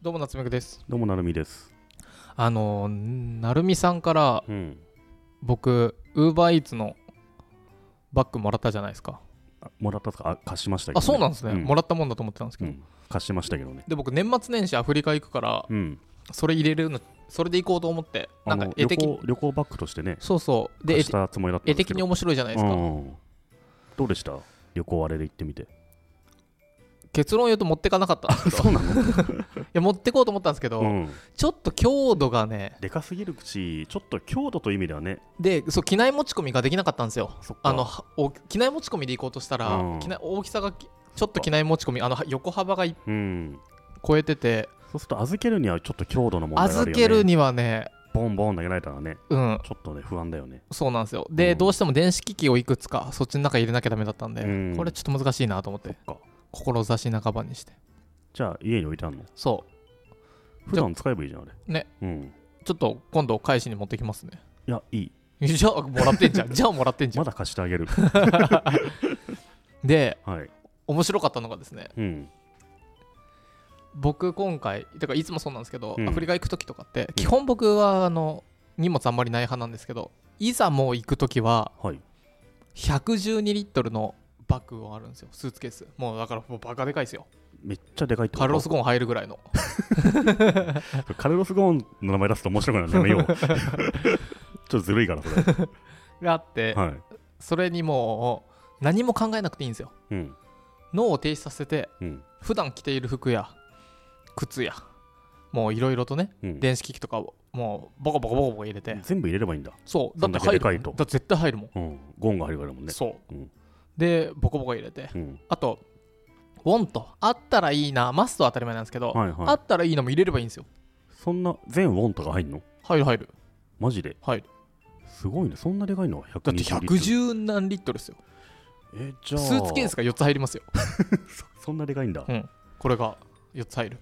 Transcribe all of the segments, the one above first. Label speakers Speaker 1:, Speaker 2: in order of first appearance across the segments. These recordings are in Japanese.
Speaker 1: どうも夏目くです
Speaker 2: どうもなるみです。
Speaker 1: あのなるみさんから
Speaker 2: うん。
Speaker 1: 僕ウーバーイーツのバッグもらったじゃないですか
Speaker 2: あもらったんですかあ貸しましたけど、
Speaker 1: あそうなんですね、
Speaker 2: うん
Speaker 1: もらったもんだと思ってたんですけ
Speaker 2: う
Speaker 1: ど、
Speaker 2: ん貸しましたけどね。
Speaker 1: で僕年末年始アフリカ行くから
Speaker 2: うん。
Speaker 1: それ入れるのそれで行こうと思ってな
Speaker 2: あ
Speaker 1: んか
Speaker 2: の
Speaker 1: 絵
Speaker 2: 旅
Speaker 1: 的
Speaker 2: 行旅行バッグとしてね、
Speaker 1: そうそうで絵
Speaker 2: 貸したつもりだった
Speaker 1: 絵
Speaker 2: んで
Speaker 1: 的
Speaker 2: すけ
Speaker 1: に
Speaker 2: ど。
Speaker 1: 面白いじゃないですか、
Speaker 2: うんうんどうでした旅行あれで行っ てみて。
Speaker 1: 結論言うと持ってかなか ったんですけど
Speaker 2: そうなの、
Speaker 1: いや持ってこうと思ったんですけど、
Speaker 2: うん、
Speaker 1: ちょっと強度がね
Speaker 2: でかすぎるし、ちょっと強度という意味ではね、
Speaker 1: でそう機内持ち込みができなかったんですよ
Speaker 2: そっか
Speaker 1: あのはお機内持ち込みで行こうとしたら、
Speaker 2: うん
Speaker 1: 機内大きさがきちょっと機内持ち込みあのは横幅がい
Speaker 2: うん、
Speaker 1: 超えてて、
Speaker 2: そうすると預けるにはちょっと強度の問題があるよ、ね、
Speaker 1: 預けるにはね
Speaker 2: ボンボン投げられたらね、
Speaker 1: うん
Speaker 2: ちょっとね、不安だよね。
Speaker 1: そうなんですよで、
Speaker 2: うん
Speaker 1: どうしても電子機器をいくつかそっちの中入れなきゃダメだったんで、
Speaker 2: うん
Speaker 1: これちょっと難しいなと思って
Speaker 2: そっか
Speaker 1: 志半ばにして
Speaker 2: じゃあ、家に置いてあるの
Speaker 1: そ
Speaker 2: 普段使えばいいじゃん、あれ。
Speaker 1: ね。
Speaker 2: うん。
Speaker 1: うちょっと今度返しに持ってきますね
Speaker 2: いや、いい。
Speaker 1: じゃあもらってんじゃん じゃあもらってんじゃ
Speaker 2: ま
Speaker 1: ん、
Speaker 2: だ貸して あげる。
Speaker 1: で
Speaker 2: はい。
Speaker 1: 面白かったのがですね
Speaker 2: うん。
Speaker 1: 僕今回てかいつもそうなんですけど、
Speaker 2: うん
Speaker 1: アフリカ行く時とかって基本僕はあの荷物あんまりない派なんですけどいざもう行く時は
Speaker 2: はい。
Speaker 1: 112リットルのバッグがあるんですよスーツケースもうだからもうバカでかいですよ
Speaker 2: めっちゃでかいってこと
Speaker 1: カルロス・ゴーン入るぐらいの
Speaker 2: カルロス・ゴーンの名前出すと面白くなるのやめよ うちょっとずるいからそれ
Speaker 1: があって、
Speaker 2: はい、
Speaker 1: それにもう何も考えなくていいんですよ
Speaker 2: うん
Speaker 1: 脳を停止させて
Speaker 2: うん
Speaker 1: 普段着ている服や靴やもういろいろとね
Speaker 2: うん、
Speaker 1: 電子機器とかをもうボコボコボコボコ入れて
Speaker 2: 全部入れればいいんだ、
Speaker 1: そうだ
Speaker 2: そ
Speaker 1: っ
Speaker 2: ん
Speaker 1: て
Speaker 2: だけ
Speaker 1: 入る
Speaker 2: でかい
Speaker 1: も
Speaker 2: と
Speaker 1: んだって絶対入るもん
Speaker 2: うん、ゴーンが入るからもんね
Speaker 1: そう、
Speaker 2: うん
Speaker 1: でボコボコ入れて
Speaker 2: うん、
Speaker 1: あとウォントあったらいいなマストは当たり前なんですけど、
Speaker 2: はい
Speaker 1: あ
Speaker 2: はい
Speaker 1: ったらいいのも入れればいいんですよ
Speaker 2: そんな全ウォンとか入んの
Speaker 1: 入る入る
Speaker 2: マジで
Speaker 1: 入る
Speaker 2: すごいねそんなでかいのは120
Speaker 1: だって
Speaker 2: リットル
Speaker 1: 110何リットルですよ
Speaker 2: えじゃあ
Speaker 1: スーツケース
Speaker 2: か
Speaker 1: が4つ入りますよ
Speaker 2: そんなでかいんだ、
Speaker 1: うんこれが4つ入る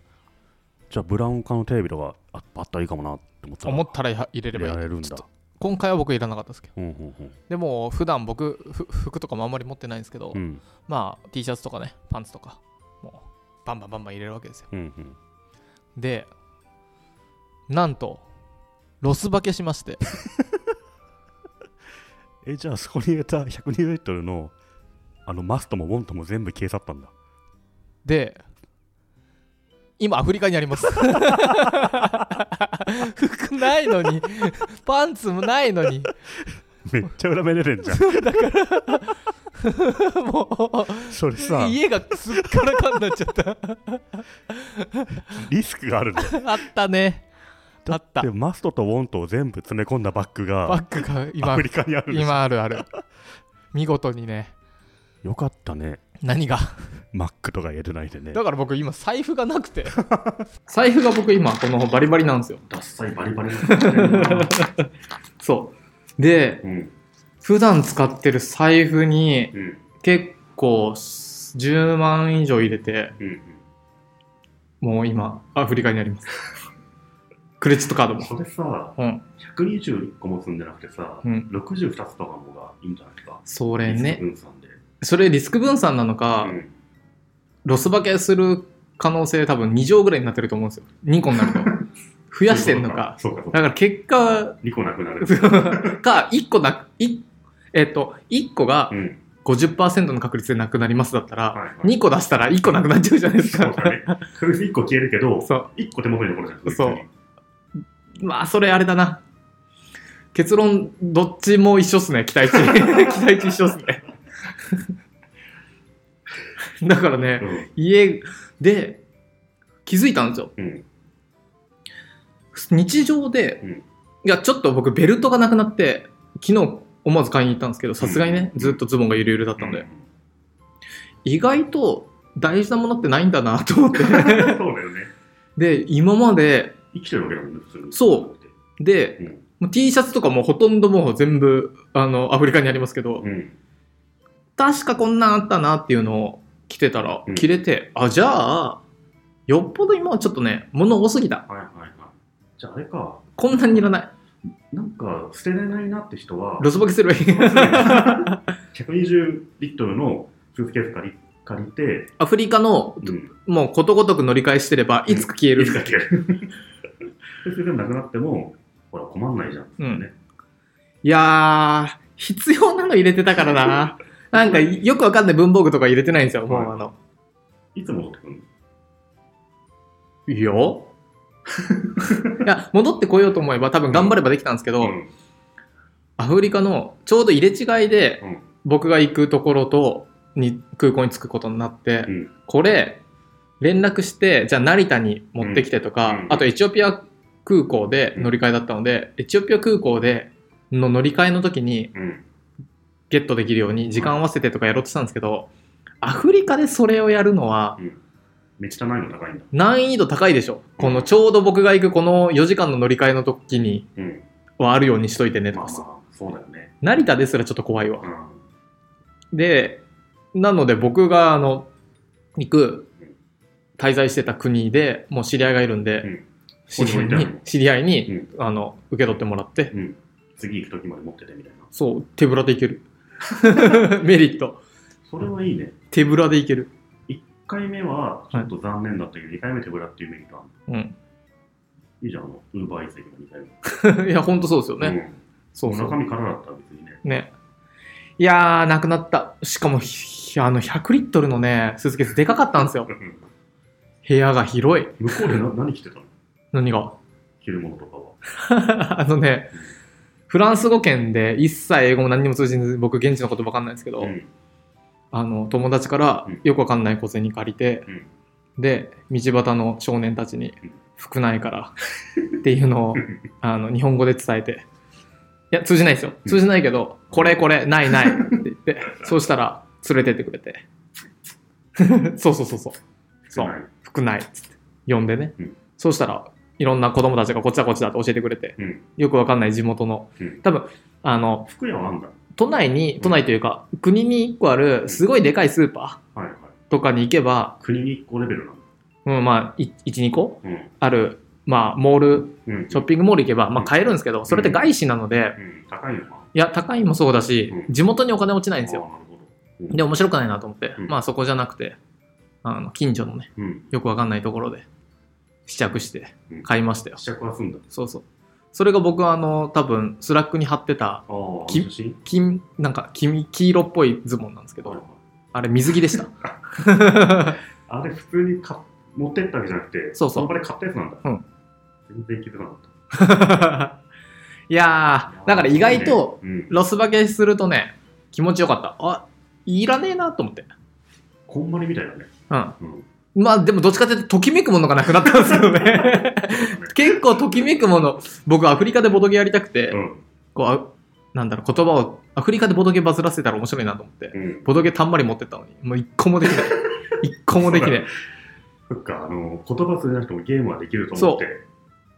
Speaker 2: じゃあブラウン化のテレビとかああったらいいかもなって思ったら
Speaker 1: 思ったら入れればいい
Speaker 2: 入れられるんだ
Speaker 1: ちょっと今回は僕いらなかったですけど
Speaker 2: うんうん
Speaker 1: でも普段僕ふ服とかもあんまり持ってないんですけど、
Speaker 2: うんうん
Speaker 1: まあ T シャツとかねパンツとかもうバンバンバンバン入れるわけですよ
Speaker 2: うんうん
Speaker 1: でなんとロス化けしまして
Speaker 2: えじゃあそこに入れた120リットルのあのマストもウォントも全部消え去ったんだ
Speaker 1: で今アフリカにあります 服ないのにパンツもないのに
Speaker 2: めっちゃ恨めれるん じゃん
Speaker 1: も
Speaker 2: それさ
Speaker 1: う、家がすっからかになっちゃった
Speaker 2: リスクがあるんだよ。
Speaker 1: あったねあった
Speaker 2: でもマストとウォントを全部詰め込んだバッグ
Speaker 1: バ
Speaker 2: が
Speaker 1: ッグが
Speaker 2: ア
Speaker 1: 今
Speaker 2: フリカにあるんです
Speaker 1: 今あるある見事にね
Speaker 2: よかったね。
Speaker 1: 何が
Speaker 2: マックとか入れてないでね。
Speaker 1: だから僕今財布がなくて 財布が僕今このバリバリなんですよ
Speaker 2: ダッサいバリバリ。
Speaker 1: そうで
Speaker 2: うん
Speaker 1: 普段使ってる財布に
Speaker 2: うん
Speaker 1: 結構10万以上入れて
Speaker 2: うん。
Speaker 1: もう今アフリカにあります クレジットカードも
Speaker 2: それさ、
Speaker 1: うん
Speaker 2: 121個持つんじゃなくてさ、
Speaker 1: うん
Speaker 2: 62つとかの方がいいんじゃないですか。
Speaker 1: それ
Speaker 2: リス
Speaker 1: ね
Speaker 2: ク分散で。
Speaker 1: それリスク分散なのか、
Speaker 2: うん
Speaker 1: ロス化けする可能性多分2乗ぐらいになってると思うんですよ2個にな ると増やしてんのか
Speaker 2: そうかそう
Speaker 1: だ
Speaker 2: か。
Speaker 1: から結果
Speaker 2: 2個なくなる。
Speaker 1: か1個な一えっと1個が
Speaker 2: うん。
Speaker 1: 50%の確率でなくなりますだったら、
Speaker 2: はいはい
Speaker 1: 2個出したら1個なくなっちゃうじゃないです
Speaker 2: そう
Speaker 1: か。
Speaker 2: だね。それで1個消えるけど、
Speaker 1: そう。
Speaker 2: 1個手元に残るじゃん。
Speaker 1: そうまあ、それあれだな。結論、どっちも一緒っすね、期待 値。期待値一緒っすね。 だからね、
Speaker 2: う
Speaker 1: 家で気づいたんですよ。
Speaker 2: ん。うん。
Speaker 1: 日常で、
Speaker 2: うん
Speaker 1: いや、ちょっと僕ベルトがなくなって、昨日思わず買いに行ったんですけど、さすがにね、
Speaker 2: うん
Speaker 1: ずっとズボンがゆるゆるだったので、意外と大事なものってないんだなと思って。
Speaker 2: そうだよね。
Speaker 1: で、今まで、
Speaker 2: 生きてるわけだもんね、普通に。
Speaker 1: そうで、
Speaker 2: うん。
Speaker 1: もう T シャツとかもほとんどもう全部あのアフリカにありますけど、
Speaker 2: うん。
Speaker 1: 確かこんなんあったなっていうのを着てたら
Speaker 2: うん
Speaker 1: 着れて、あじゃあよっぽど今はちょっとね物多すぎた
Speaker 2: はいはいはい。じゃああれか、
Speaker 1: こんなにいらない
Speaker 2: なんか捨てれないなって人は、
Speaker 1: ロスボケすればいい
Speaker 2: 120リットルのスーツケースかリ借りて、
Speaker 1: アフリカの、
Speaker 2: うん、
Speaker 1: もうことごとく乗り換えしてれば、いつか消え
Speaker 2: いつ
Speaker 1: る。
Speaker 2: か消える。 でそれでもなくなっても、ほら、困んないじゃん。
Speaker 1: うん
Speaker 2: ね
Speaker 1: いやー、必要なの入れてたから な。なんか、よくわかんない文房具とか入れてないんですよ、もうあの。
Speaker 2: いつ戻ってくるの
Speaker 1: いい よ。いや、戻ってこようと思えば、多分頑張ればできたんですけど、
Speaker 2: ん
Speaker 1: アフリカのちょうど入れ違いで
Speaker 2: うん、
Speaker 1: 僕が行くところと、に空港に着くことになって、
Speaker 2: うん
Speaker 1: これ、連絡して、じゃあ成田に持ってきてとか、
Speaker 2: うんうん
Speaker 1: あとエチオピア空港で乗り換えだったので、エチオピア空港での乗り換えの時に
Speaker 2: うん。
Speaker 1: ゲットできるように時間合わせてとかやろうとしたんですけど、アフリカでそれをやるのは
Speaker 2: めっちゃ難易度高いんだ。
Speaker 1: 難易度高いでしょ。このちょうど僕が行くこの4時間の乗り換えの時に
Speaker 2: うん。
Speaker 1: はあるようにしといてねと
Speaker 2: まあ
Speaker 1: か
Speaker 2: ま
Speaker 1: さ、
Speaker 2: あ、そうだよね。
Speaker 1: 成田ですらちょっと怖いわ
Speaker 2: う。ん。
Speaker 1: でなので僕があの行く
Speaker 2: うん
Speaker 1: 滞在してた国でもう知り合いがいるんで、
Speaker 2: うん
Speaker 1: 知り合いに
Speaker 2: ここに置いてあるの
Speaker 1: 知り合いに、
Speaker 2: う
Speaker 1: あの受け取ってもらって、
Speaker 2: うん。次行く時まで持っててみたいな。
Speaker 1: そう手ぶらで行ける メリット
Speaker 2: それはいいね。
Speaker 1: 手ぶらで行ける、
Speaker 2: 1回目はちょっと残念だったけど、2回目手ぶらっていうメリットあるの
Speaker 1: うん、
Speaker 2: いいじゃん、あの、ウーバーイーツ行けば2回目。
Speaker 1: いやほんとそうですよね、そ
Speaker 2: うん
Speaker 1: うそ
Speaker 2: 中
Speaker 1: う
Speaker 2: 身からだったら別にね。
Speaker 1: ねいやーなくなったしかもひあの100リットルのねスーツケースでかかったんですよ部屋が広い
Speaker 2: 向こうでな何着てたの
Speaker 1: 何が
Speaker 2: 着るものとか は。
Speaker 1: あのねフランス語圏で一切英語も何にも通じず僕現地のこと分かんないんですけど、
Speaker 2: うん
Speaker 1: あの友達から
Speaker 2: うん
Speaker 1: よくわかんない小銭借りて、で道端の少年たちに
Speaker 2: うん
Speaker 1: 「服ないから」っていうのをあの日本語で伝えていや通じないですよ
Speaker 2: うん
Speaker 1: 通じないけど「これこれないない」って言ってそうしたら連れてってくれて そうそうそうそうそう
Speaker 2: 着ない
Speaker 1: 服ないっつって呼んでね、
Speaker 2: うん
Speaker 1: そうしたらいろんな子供たちがこっちだこっちだって教えてくれて
Speaker 2: うん。
Speaker 1: よくわかんない地元の、
Speaker 2: うん
Speaker 1: 多分あの
Speaker 2: 服屋はあんだ。
Speaker 1: 都内に都内というか国に1個あるすごいでかいスーパー
Speaker 2: はいはい。
Speaker 1: とかに行けば、
Speaker 2: 国に1個レベルなんだ。
Speaker 1: うん、まあ、い1、2個
Speaker 2: うん。
Speaker 1: ある、まあ、モール、
Speaker 2: うん。
Speaker 1: ショッピングモール行けば、まあ、買えるんですけど、それって外資なので、
Speaker 2: うん、高いのか
Speaker 1: いや、高いもそうだし
Speaker 2: う、ん
Speaker 1: 地元にお金落ちないんです
Speaker 2: あ
Speaker 1: よ。
Speaker 2: ーなるほど。うん
Speaker 1: で、面白くないなと思って、
Speaker 2: うん
Speaker 1: まあ、そこじゃなくて、あの、近所のね、
Speaker 2: うん。
Speaker 1: よくわかんないところで、試着して
Speaker 2: うん、
Speaker 1: 買いましたよ。
Speaker 2: 試着は済んだ。
Speaker 1: そうそう。それが僕は、あの、多分、スラックに貼ってた、
Speaker 2: ああ、
Speaker 1: き
Speaker 2: 写真
Speaker 1: 金、なんか、金、黄色っぽいズボンなんですけ
Speaker 2: はい
Speaker 1: ど
Speaker 2: は、い
Speaker 1: あれ、水着でした。
Speaker 2: あれ、普通に買っ持ってったわけじゃなくて、
Speaker 1: そうそう
Speaker 2: その場で買ったやつなんだ。
Speaker 1: うん
Speaker 2: 全然気づかなかっ
Speaker 1: いや
Speaker 2: た。
Speaker 1: ー、だから意外と、
Speaker 2: いやー、そうねうん
Speaker 1: ロス化けするとね、気持ちよかった。あ、いらねえなと思って。
Speaker 2: こんまりみたいだね。
Speaker 1: うん。
Speaker 2: うん。
Speaker 1: まあでもどっちかというと、ときめくものがなくなったんですけどね。 結構ときめくもの、僕アフリカでボドゲやりたくて、
Speaker 2: うん。
Speaker 1: こうあ、なんだろう、言葉を、アフリカでボドゲバズらせたら面白いなと思って、
Speaker 2: うん。
Speaker 1: ボドゲたんまり持ってったのに、もう一個もでき ない。一個もできない。
Speaker 2: そっか、あの、言葉通じなくてもゲームはできると思って、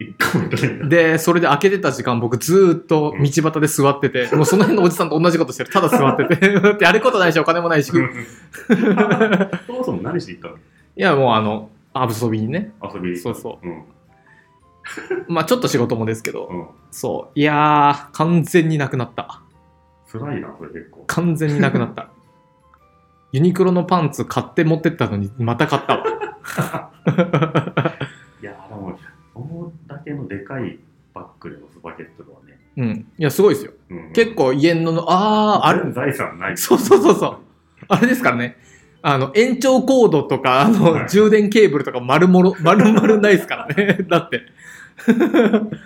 Speaker 2: 一個もいかないんだ。
Speaker 1: で、それで開けてた時間、僕ずーっと道端で座ってて、もうその辺のおじさんと同じことしてる。ただ座って て。だってやることないし、お金もないし。い
Speaker 2: うんそもそも何して行っ
Speaker 1: や、もうあの、遊びにね。
Speaker 2: たの遊びに行ったの。
Speaker 1: そう
Speaker 2: うん。
Speaker 1: まあちょっと仕事もですけど、
Speaker 2: うん。
Speaker 1: そう。いやー、完全になくなった。
Speaker 2: 辛いな、それ結構。
Speaker 1: 完全になくなった。 ユニクロのパンツ買って持ってったのに、また買ったわ。
Speaker 2: いやー、でも、このだけのでかいバッグでのスパゲットはね、
Speaker 1: うん。いや、すごいですよ。
Speaker 2: うん
Speaker 1: 結、構家の、あー、あれ、
Speaker 2: 全財産ない。
Speaker 1: そうそうそうそう。あれですからね。あの、延長コードとか、あの、
Speaker 2: はい
Speaker 1: 充電ケーブルとか丸もろ、丸々ないですからね。 だって、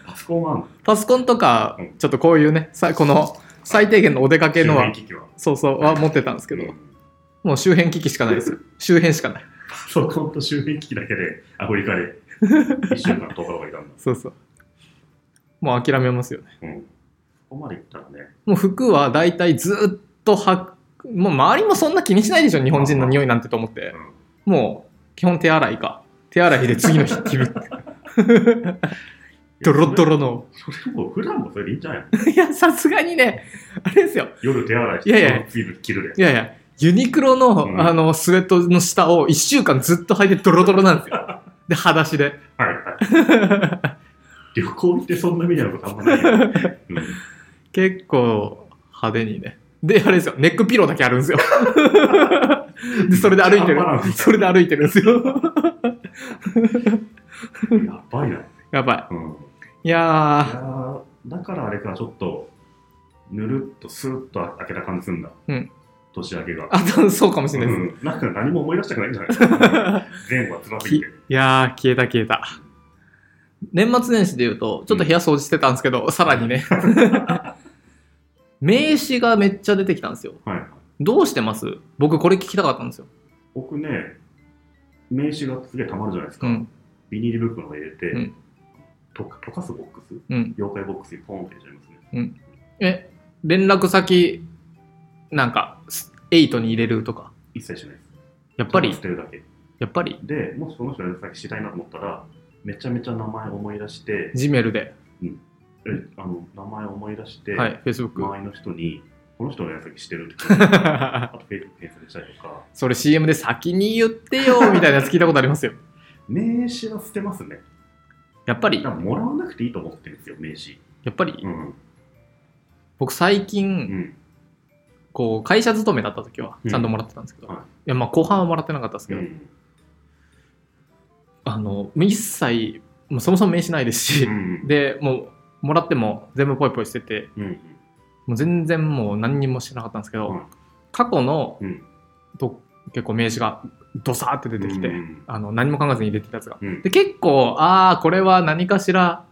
Speaker 2: パソコンはあんの
Speaker 1: パソコンとか
Speaker 2: うん、
Speaker 1: ちょっとこういうね、さこの、最低限のお出かけの
Speaker 2: 周
Speaker 1: は、
Speaker 2: 辺機器は。
Speaker 1: そうそう、は持ってたんですけ
Speaker 2: う
Speaker 1: ど、
Speaker 2: ん
Speaker 1: もう周辺機器しかないですよ。周辺しかない。
Speaker 2: パソコンと周辺機器だけで、アフリカで、1週間10日とかいたんだ。
Speaker 1: そうそう。もう諦めますよね。
Speaker 2: うん。ここまで行ったらね、
Speaker 1: もう服は大体ずーっとはもう周りもそんな気にしないでしょ、日本人の匂いなんてと思って
Speaker 2: う。ん。
Speaker 1: もう、基本手洗いか。手洗いで次の日着る。ドロッドロの。
Speaker 2: それもう普段もそれでいいんじゃないの
Speaker 1: いや、さすがにね、あれですよ。
Speaker 2: 夜手洗いして、
Speaker 1: いやいや
Speaker 2: 次の日着る
Speaker 1: いやいや、ユニクロの、
Speaker 2: うん
Speaker 1: あの、スウェットの下を1週間ずっと履いてドロドロなんです よ。で、裸足で。
Speaker 2: で。はいはい。 旅行ってそんな目に遭うことあんまないよ。うん
Speaker 1: 結構派手にね。で、あれですよ、ネックピローだけあるん ですよ。で、それで歩いてる
Speaker 2: 半端な。い
Speaker 1: それで歩いてるんですよ。
Speaker 2: やばいな。
Speaker 1: やば
Speaker 2: うん。
Speaker 1: い。いや
Speaker 2: いや
Speaker 1: ー、
Speaker 2: ーだからあれか、ちょっと、ぬるっとスーッと開けた感じすんだ。
Speaker 1: うん
Speaker 2: 年明けが。
Speaker 1: あと、そうかもしれ
Speaker 2: う
Speaker 1: ないです。
Speaker 2: ん、なんか何も思い出したくない んじゃないですか。前後は辛す
Speaker 1: きい
Speaker 2: ぎて。
Speaker 1: やー、消えた消えた。年末年始で言うと、ちょっと部屋掃除してたんですけど、さらに ね。名刺がめっちゃ出てきたんですよ。
Speaker 2: はい。
Speaker 1: どうしてます僕これ聞きたかったんですよ。
Speaker 2: 僕ね、名刺がすげえ溜まるじゃないです
Speaker 1: う
Speaker 2: か。
Speaker 1: ん。
Speaker 2: ビニール袋を入れて、
Speaker 1: うん
Speaker 2: と溶かすボックス
Speaker 1: うん。
Speaker 2: 妖怪ボックスにポンって入れちゃいますね。
Speaker 1: え、連絡先、なんか、8に入れるとか。
Speaker 2: 一切しないです。
Speaker 1: やっぱ
Speaker 2: ただ
Speaker 1: り
Speaker 2: 捨、てるだけ。
Speaker 1: やっぱり、
Speaker 2: で、もしその人の先知りたいなと思ったら、めちゃめちゃ名前思い出して、
Speaker 1: ジメルで、
Speaker 2: えあの名前思い出して、
Speaker 1: はい、Facebook。
Speaker 2: 周りの人に、この人のやつして るって言ってあと、フェイク検索したりとか、
Speaker 1: それ CM で先に言って よ、みたいなやつ聞いたことありますよ。
Speaker 2: 名刺は捨てますね。
Speaker 1: やっぱ
Speaker 2: だ
Speaker 1: り
Speaker 2: か、らもらわなくていいと思ってるんですよ、名刺。
Speaker 1: やっぱり
Speaker 2: う、ん。
Speaker 1: 僕最
Speaker 2: う
Speaker 1: 近、
Speaker 2: ん。
Speaker 1: こう、会社勤めだった時は
Speaker 2: う、ん
Speaker 1: ちゃんともらってたんですけど、
Speaker 2: はい
Speaker 1: いや、まあ、後半はもらってなかったです
Speaker 2: う
Speaker 1: けど、
Speaker 2: ん。
Speaker 1: あの、一切、もうそもそも名刺ないですし
Speaker 2: う、ん。
Speaker 1: で、もう、もらっても全部ポイポイしてて、
Speaker 2: うん。
Speaker 1: もう全然もう何にもしてなかったんですけど、
Speaker 2: はい
Speaker 1: 過去の
Speaker 2: うん。
Speaker 1: と結構名刺がドサーって出てきて、
Speaker 2: うん。
Speaker 1: あの何も考えずに入れてたやつが。
Speaker 2: うん
Speaker 1: で結構ああこれは何かしら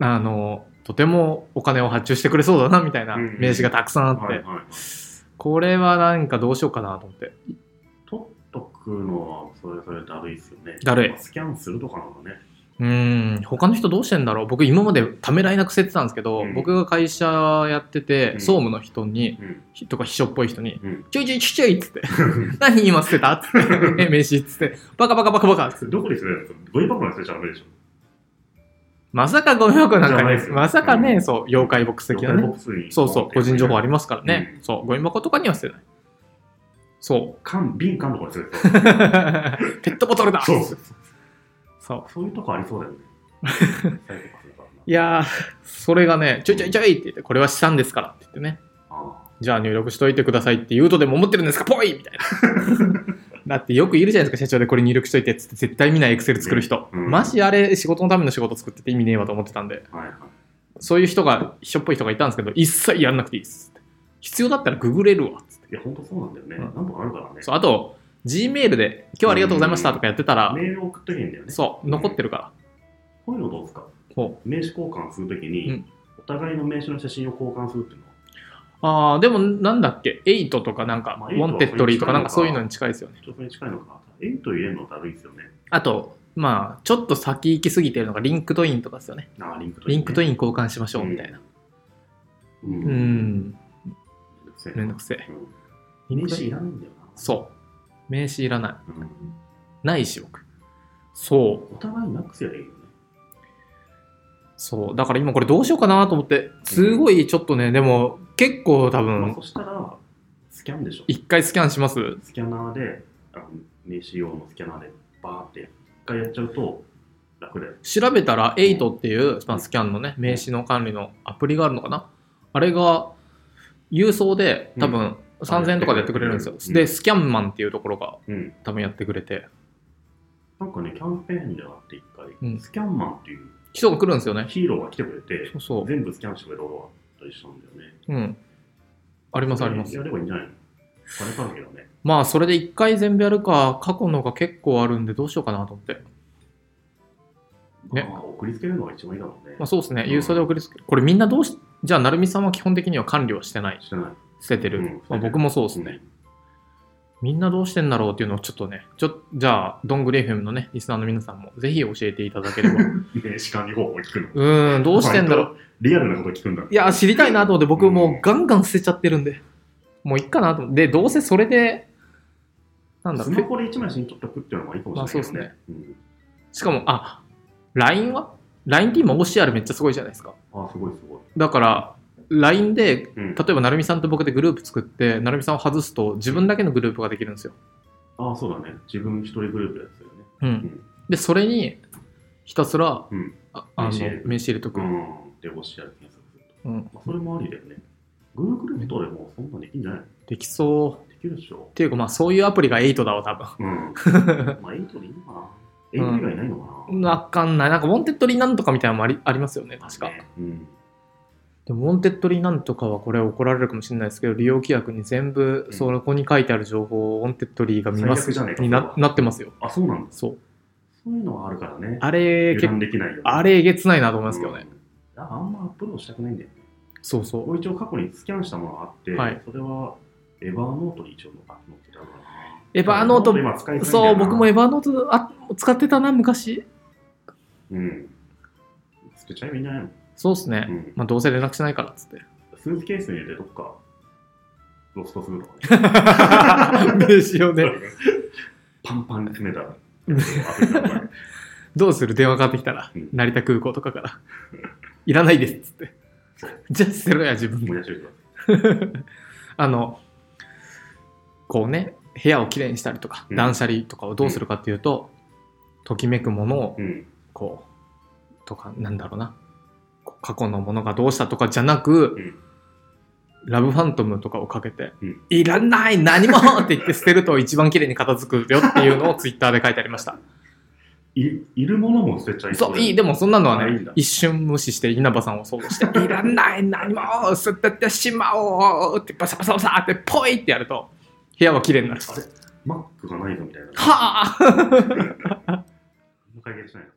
Speaker 1: あのとてもお金を発注してくれそうだなみたいな
Speaker 2: うん
Speaker 1: 名刺がたくさんあって、
Speaker 2: はいはいはい。
Speaker 1: これはなんかどうしようかなと思って
Speaker 2: 取っとくのは、それそれだるいですよね。
Speaker 1: だるい
Speaker 2: まあスキャンするとかなのね。
Speaker 1: うーん他の人どうしてんだろう僕今までためらいなくせてたんですけど、
Speaker 2: うん
Speaker 1: 僕が会社やってて、
Speaker 2: うん
Speaker 1: 総務の人に
Speaker 2: うん。
Speaker 1: とか秘書っぽい人に
Speaker 2: うん。
Speaker 1: ちょいちょいちょいちょいっつって、 何今捨てたっつって、 え、名刺っつって、バカバカバカバカっつって、
Speaker 2: どこで捨てたんですかゴミ箱に捨てちゃダメでしょ。
Speaker 1: まさかゴミ箱なん
Speaker 2: じ
Speaker 1: か
Speaker 2: ゃない
Speaker 1: ね
Speaker 2: です、よ
Speaker 1: まさかね、
Speaker 2: うん
Speaker 1: そう、妖怪ボックス的な
Speaker 2: 妖怪ボ
Speaker 1: ね
Speaker 2: ッ。クスに
Speaker 1: そうそう、個人情報ありますからね。
Speaker 2: うん
Speaker 1: そう、ゴミ箱とかには捨てない。そ
Speaker 2: 缶、瓶缶とかに捨て
Speaker 1: う。ペ
Speaker 2: た。
Speaker 1: ットボトルだ
Speaker 2: そう。
Speaker 1: そう
Speaker 2: そういうとこありそう だよね。サイコパスだからない
Speaker 1: やー、それがね、ちょいちょいちょいって言って、これは資産ですからって言ってね、
Speaker 2: あ
Speaker 1: じゃあ入力しといてくださいって言うとでも思ってるんですか、ぽいみたい な。だってよくいるじゃないですか、社長でこれ入力しといてっつって、絶対見ないエクセル作る人。
Speaker 2: うん
Speaker 1: マジあれ、仕事のための仕事作ってて意味ねえわと思ってたんで。
Speaker 2: あはいはい。
Speaker 1: そういう人が、秘書っぽい人がいたんですけど、一切やんなくていいですって。必要だったらググれるわっつって。
Speaker 2: いや、本当そうなんだよね。
Speaker 1: うん
Speaker 2: 何度かあるからね。
Speaker 1: そう、あと、Gmail で、今日はありがとうございましたとかやってたら、
Speaker 2: メール送っとけばいいんだよね。
Speaker 1: そう、残ってるから。
Speaker 2: こういうのどうですか
Speaker 1: こう
Speaker 2: 名刺交換するときに、
Speaker 1: うん
Speaker 2: お互いの名刺の写真を交換するっていうのは、
Speaker 1: あーでもなんだっけ、エイトとかなんか、
Speaker 2: まあ
Speaker 1: ウォンテッドリーとか
Speaker 2: エ
Speaker 1: なん
Speaker 2: イ
Speaker 1: か
Speaker 2: トは
Speaker 1: そ
Speaker 2: そうう
Speaker 1: い
Speaker 2: いうう
Speaker 1: の
Speaker 2: の
Speaker 1: に近いですよね。
Speaker 2: ちょっとそれに近いのかな。エント入れるのだるいですよね。
Speaker 1: あと、まあ、ちょっと先行きすぎてるのがリンクトインとかですよね。
Speaker 2: ああ、リンクトイン、
Speaker 1: リンクトイ
Speaker 2: ン。
Speaker 1: ン交換しましょうみたいな。
Speaker 2: うん。
Speaker 1: う
Speaker 2: うん
Speaker 1: ん、
Speaker 2: どくせえ
Speaker 1: めん
Speaker 2: な
Speaker 1: どくせえ。
Speaker 2: うん
Speaker 1: リン
Speaker 2: 名
Speaker 1: クト
Speaker 2: 刺
Speaker 1: イ
Speaker 2: い
Speaker 1: ン
Speaker 2: らないんだよな。
Speaker 1: そう。名刺いらない。
Speaker 2: うん。
Speaker 1: ないし、僕。そう。
Speaker 2: お互いなくせばいいよね。
Speaker 1: そう。だから今これどうしようかなと思って、すごいちょっとね、でも結構多
Speaker 2: まあ、
Speaker 1: 分
Speaker 2: そ、したら、スキャンでしょ。
Speaker 1: 一回スキャンしますう
Speaker 2: スキャナーで、あの名刺用のスキャナーで、バーって、一回やっちゃうと、楽だよ。
Speaker 1: 調べたら、エイトっていう、まあ、スキャンのね、名刺の管理のアプリがあるのかなあれが、郵送で多分3000円とかでやってくれるんですよ。
Speaker 2: うん
Speaker 1: で、スキャンマンっていうところが
Speaker 2: うん。
Speaker 1: 多分やってくれて、
Speaker 2: なんかね、キャンペーンであって、一回、
Speaker 1: うん
Speaker 2: スキャンマンっていう
Speaker 1: 人が来るんですよね。
Speaker 2: ヒーローが来てくれて
Speaker 1: そ、うそ
Speaker 2: 全部スキャンしてくれるローがあったりしたんだよね。
Speaker 1: う。うん。ありますあります
Speaker 2: や。ればいいんじゃないの金かけだね。
Speaker 1: まあ、それで一回全部やるか、過去のが結構あるんでどうしようかなと思って。ね
Speaker 2: まあ、送りつけるのが一番いいだろうね。
Speaker 1: まあ、そうですね。郵送で送りつけ、これみんなどうし、じゃあ、成美さんは基本的には管理はしてない。
Speaker 2: してない。
Speaker 1: 捨ててる、
Speaker 2: うん
Speaker 1: まあ、僕もそうですね、みんなどうしてんだろうっていうのをちょっとねちょじゃあドングレフ m のねリスナーの皆さんもぜひ教えていただければ う
Speaker 2: ね、士官に方法聞くの。
Speaker 1: ーんどうしてんだろう
Speaker 2: リアルなこと聞くんだ。
Speaker 1: いや知りたいなと思って僕も
Speaker 2: う
Speaker 1: うんガンガン捨てちゃってるんでもういっかなと思ってでどうせそれでなんだ
Speaker 2: ス
Speaker 1: ろ
Speaker 2: マ
Speaker 1: う
Speaker 2: ホで一枚写真撮っとくっていうのもいいかもしれないけどね。
Speaker 1: しかもあ LINE は LINE って今 OCR めっちゃすごいじゃないですか
Speaker 2: うん、ああ、すごいすごい。
Speaker 1: だから LINE で
Speaker 2: うん、
Speaker 1: 例えば成美さんと僕でグループ作って成美さんを外すと自分だけのグループができるんですよ、
Speaker 2: ああ、そうだね。自分一人グループやつだよね。
Speaker 1: うん、でそれにひたすら、
Speaker 2: うん
Speaker 1: ああの
Speaker 2: 名刺入れる
Speaker 1: 名刺入れとく、
Speaker 2: うん。で、押しやる検索すると。
Speaker 1: うん
Speaker 2: まあ、それもありだよね。 Google フォトでもそんなにいいんじゃない
Speaker 1: できそう。
Speaker 2: できるでしょ
Speaker 1: っ。ていうか、まあ、そういうアプリが8だわ、多分。
Speaker 2: うん。まあ、8でいいのかな。8以外ないのかな。
Speaker 1: わかんない。なんか、ウォンテッドリーなんとかみたいなのもありありますよね、確か。
Speaker 2: うん。
Speaker 1: でも、ウォンテッドリーなんとかはこれ怒られるかもしれないですけど、利用規約に全部、
Speaker 2: うん
Speaker 1: そこに書いてある情報をウォンテッドリーが見ます
Speaker 2: 最悪じゃねえか
Speaker 1: にななってますよ。
Speaker 2: あ、そうなんです。
Speaker 1: そう。
Speaker 2: そういうのはあるからね。
Speaker 1: あれ、
Speaker 2: 油
Speaker 1: 結構
Speaker 2: 断できないよね。
Speaker 1: あれ、えげつないなと思いますけどね。
Speaker 2: うん。ああんまアップロードしたくないんだよね。
Speaker 1: そうそ
Speaker 2: 僕一応過去にスキャンしたものがあって、
Speaker 1: はい
Speaker 2: それはエヴァーノートに一応のあ載ってたからね。
Speaker 1: う。エヴァノート、
Speaker 2: 今使いづらいんだ
Speaker 1: そ
Speaker 2: よ
Speaker 1: う、
Speaker 2: な
Speaker 1: 僕もエヴァノートあ使ってたな、昔。
Speaker 2: うん。捨てちゃえばいいんじゃないの
Speaker 1: そうっすね。
Speaker 2: うん。
Speaker 1: まあ、どうせ連絡しないからっつ って。
Speaker 2: スーツケースに入れてどっかロストするとかね。
Speaker 1: 名刺をね。
Speaker 2: パンパンに詰めたら。
Speaker 1: うん
Speaker 2: アプリの中に
Speaker 1: どうする電話かかってきたら
Speaker 2: うん、
Speaker 1: 成田空港とかから。いらないですっつって
Speaker 2: そう。
Speaker 1: じゃあ捨てろや、自分 で
Speaker 2: 思い出してください。
Speaker 1: あの、こうね、部屋をきれいにしたりとか、
Speaker 2: うん
Speaker 1: 断捨離とかをどうするかっていうと、ときめくものを、
Speaker 2: うん。
Speaker 1: こう、とか、なんだろうな、こう過去のものがどうしたとかじゃなく、
Speaker 2: うん
Speaker 1: ラブファントムとかをかけて、
Speaker 2: うん
Speaker 1: いらない何もって言って捨てると一番綺麗に片付くよっていうのをツイッターで書いてありま した。
Speaker 2: いいるものも捨てちゃい
Speaker 1: そう、いい、
Speaker 2: で
Speaker 1: でもそんなのは
Speaker 2: あいい
Speaker 1: ね
Speaker 2: んだ、
Speaker 1: 一瞬無視して稲葉さんを想像して、 いらない何も捨ててしまおうってバサバサバサってポイってやると、部屋は綺麗になる。
Speaker 2: あれマックがないぞみたいな。
Speaker 1: はあ
Speaker 2: もう解決しないの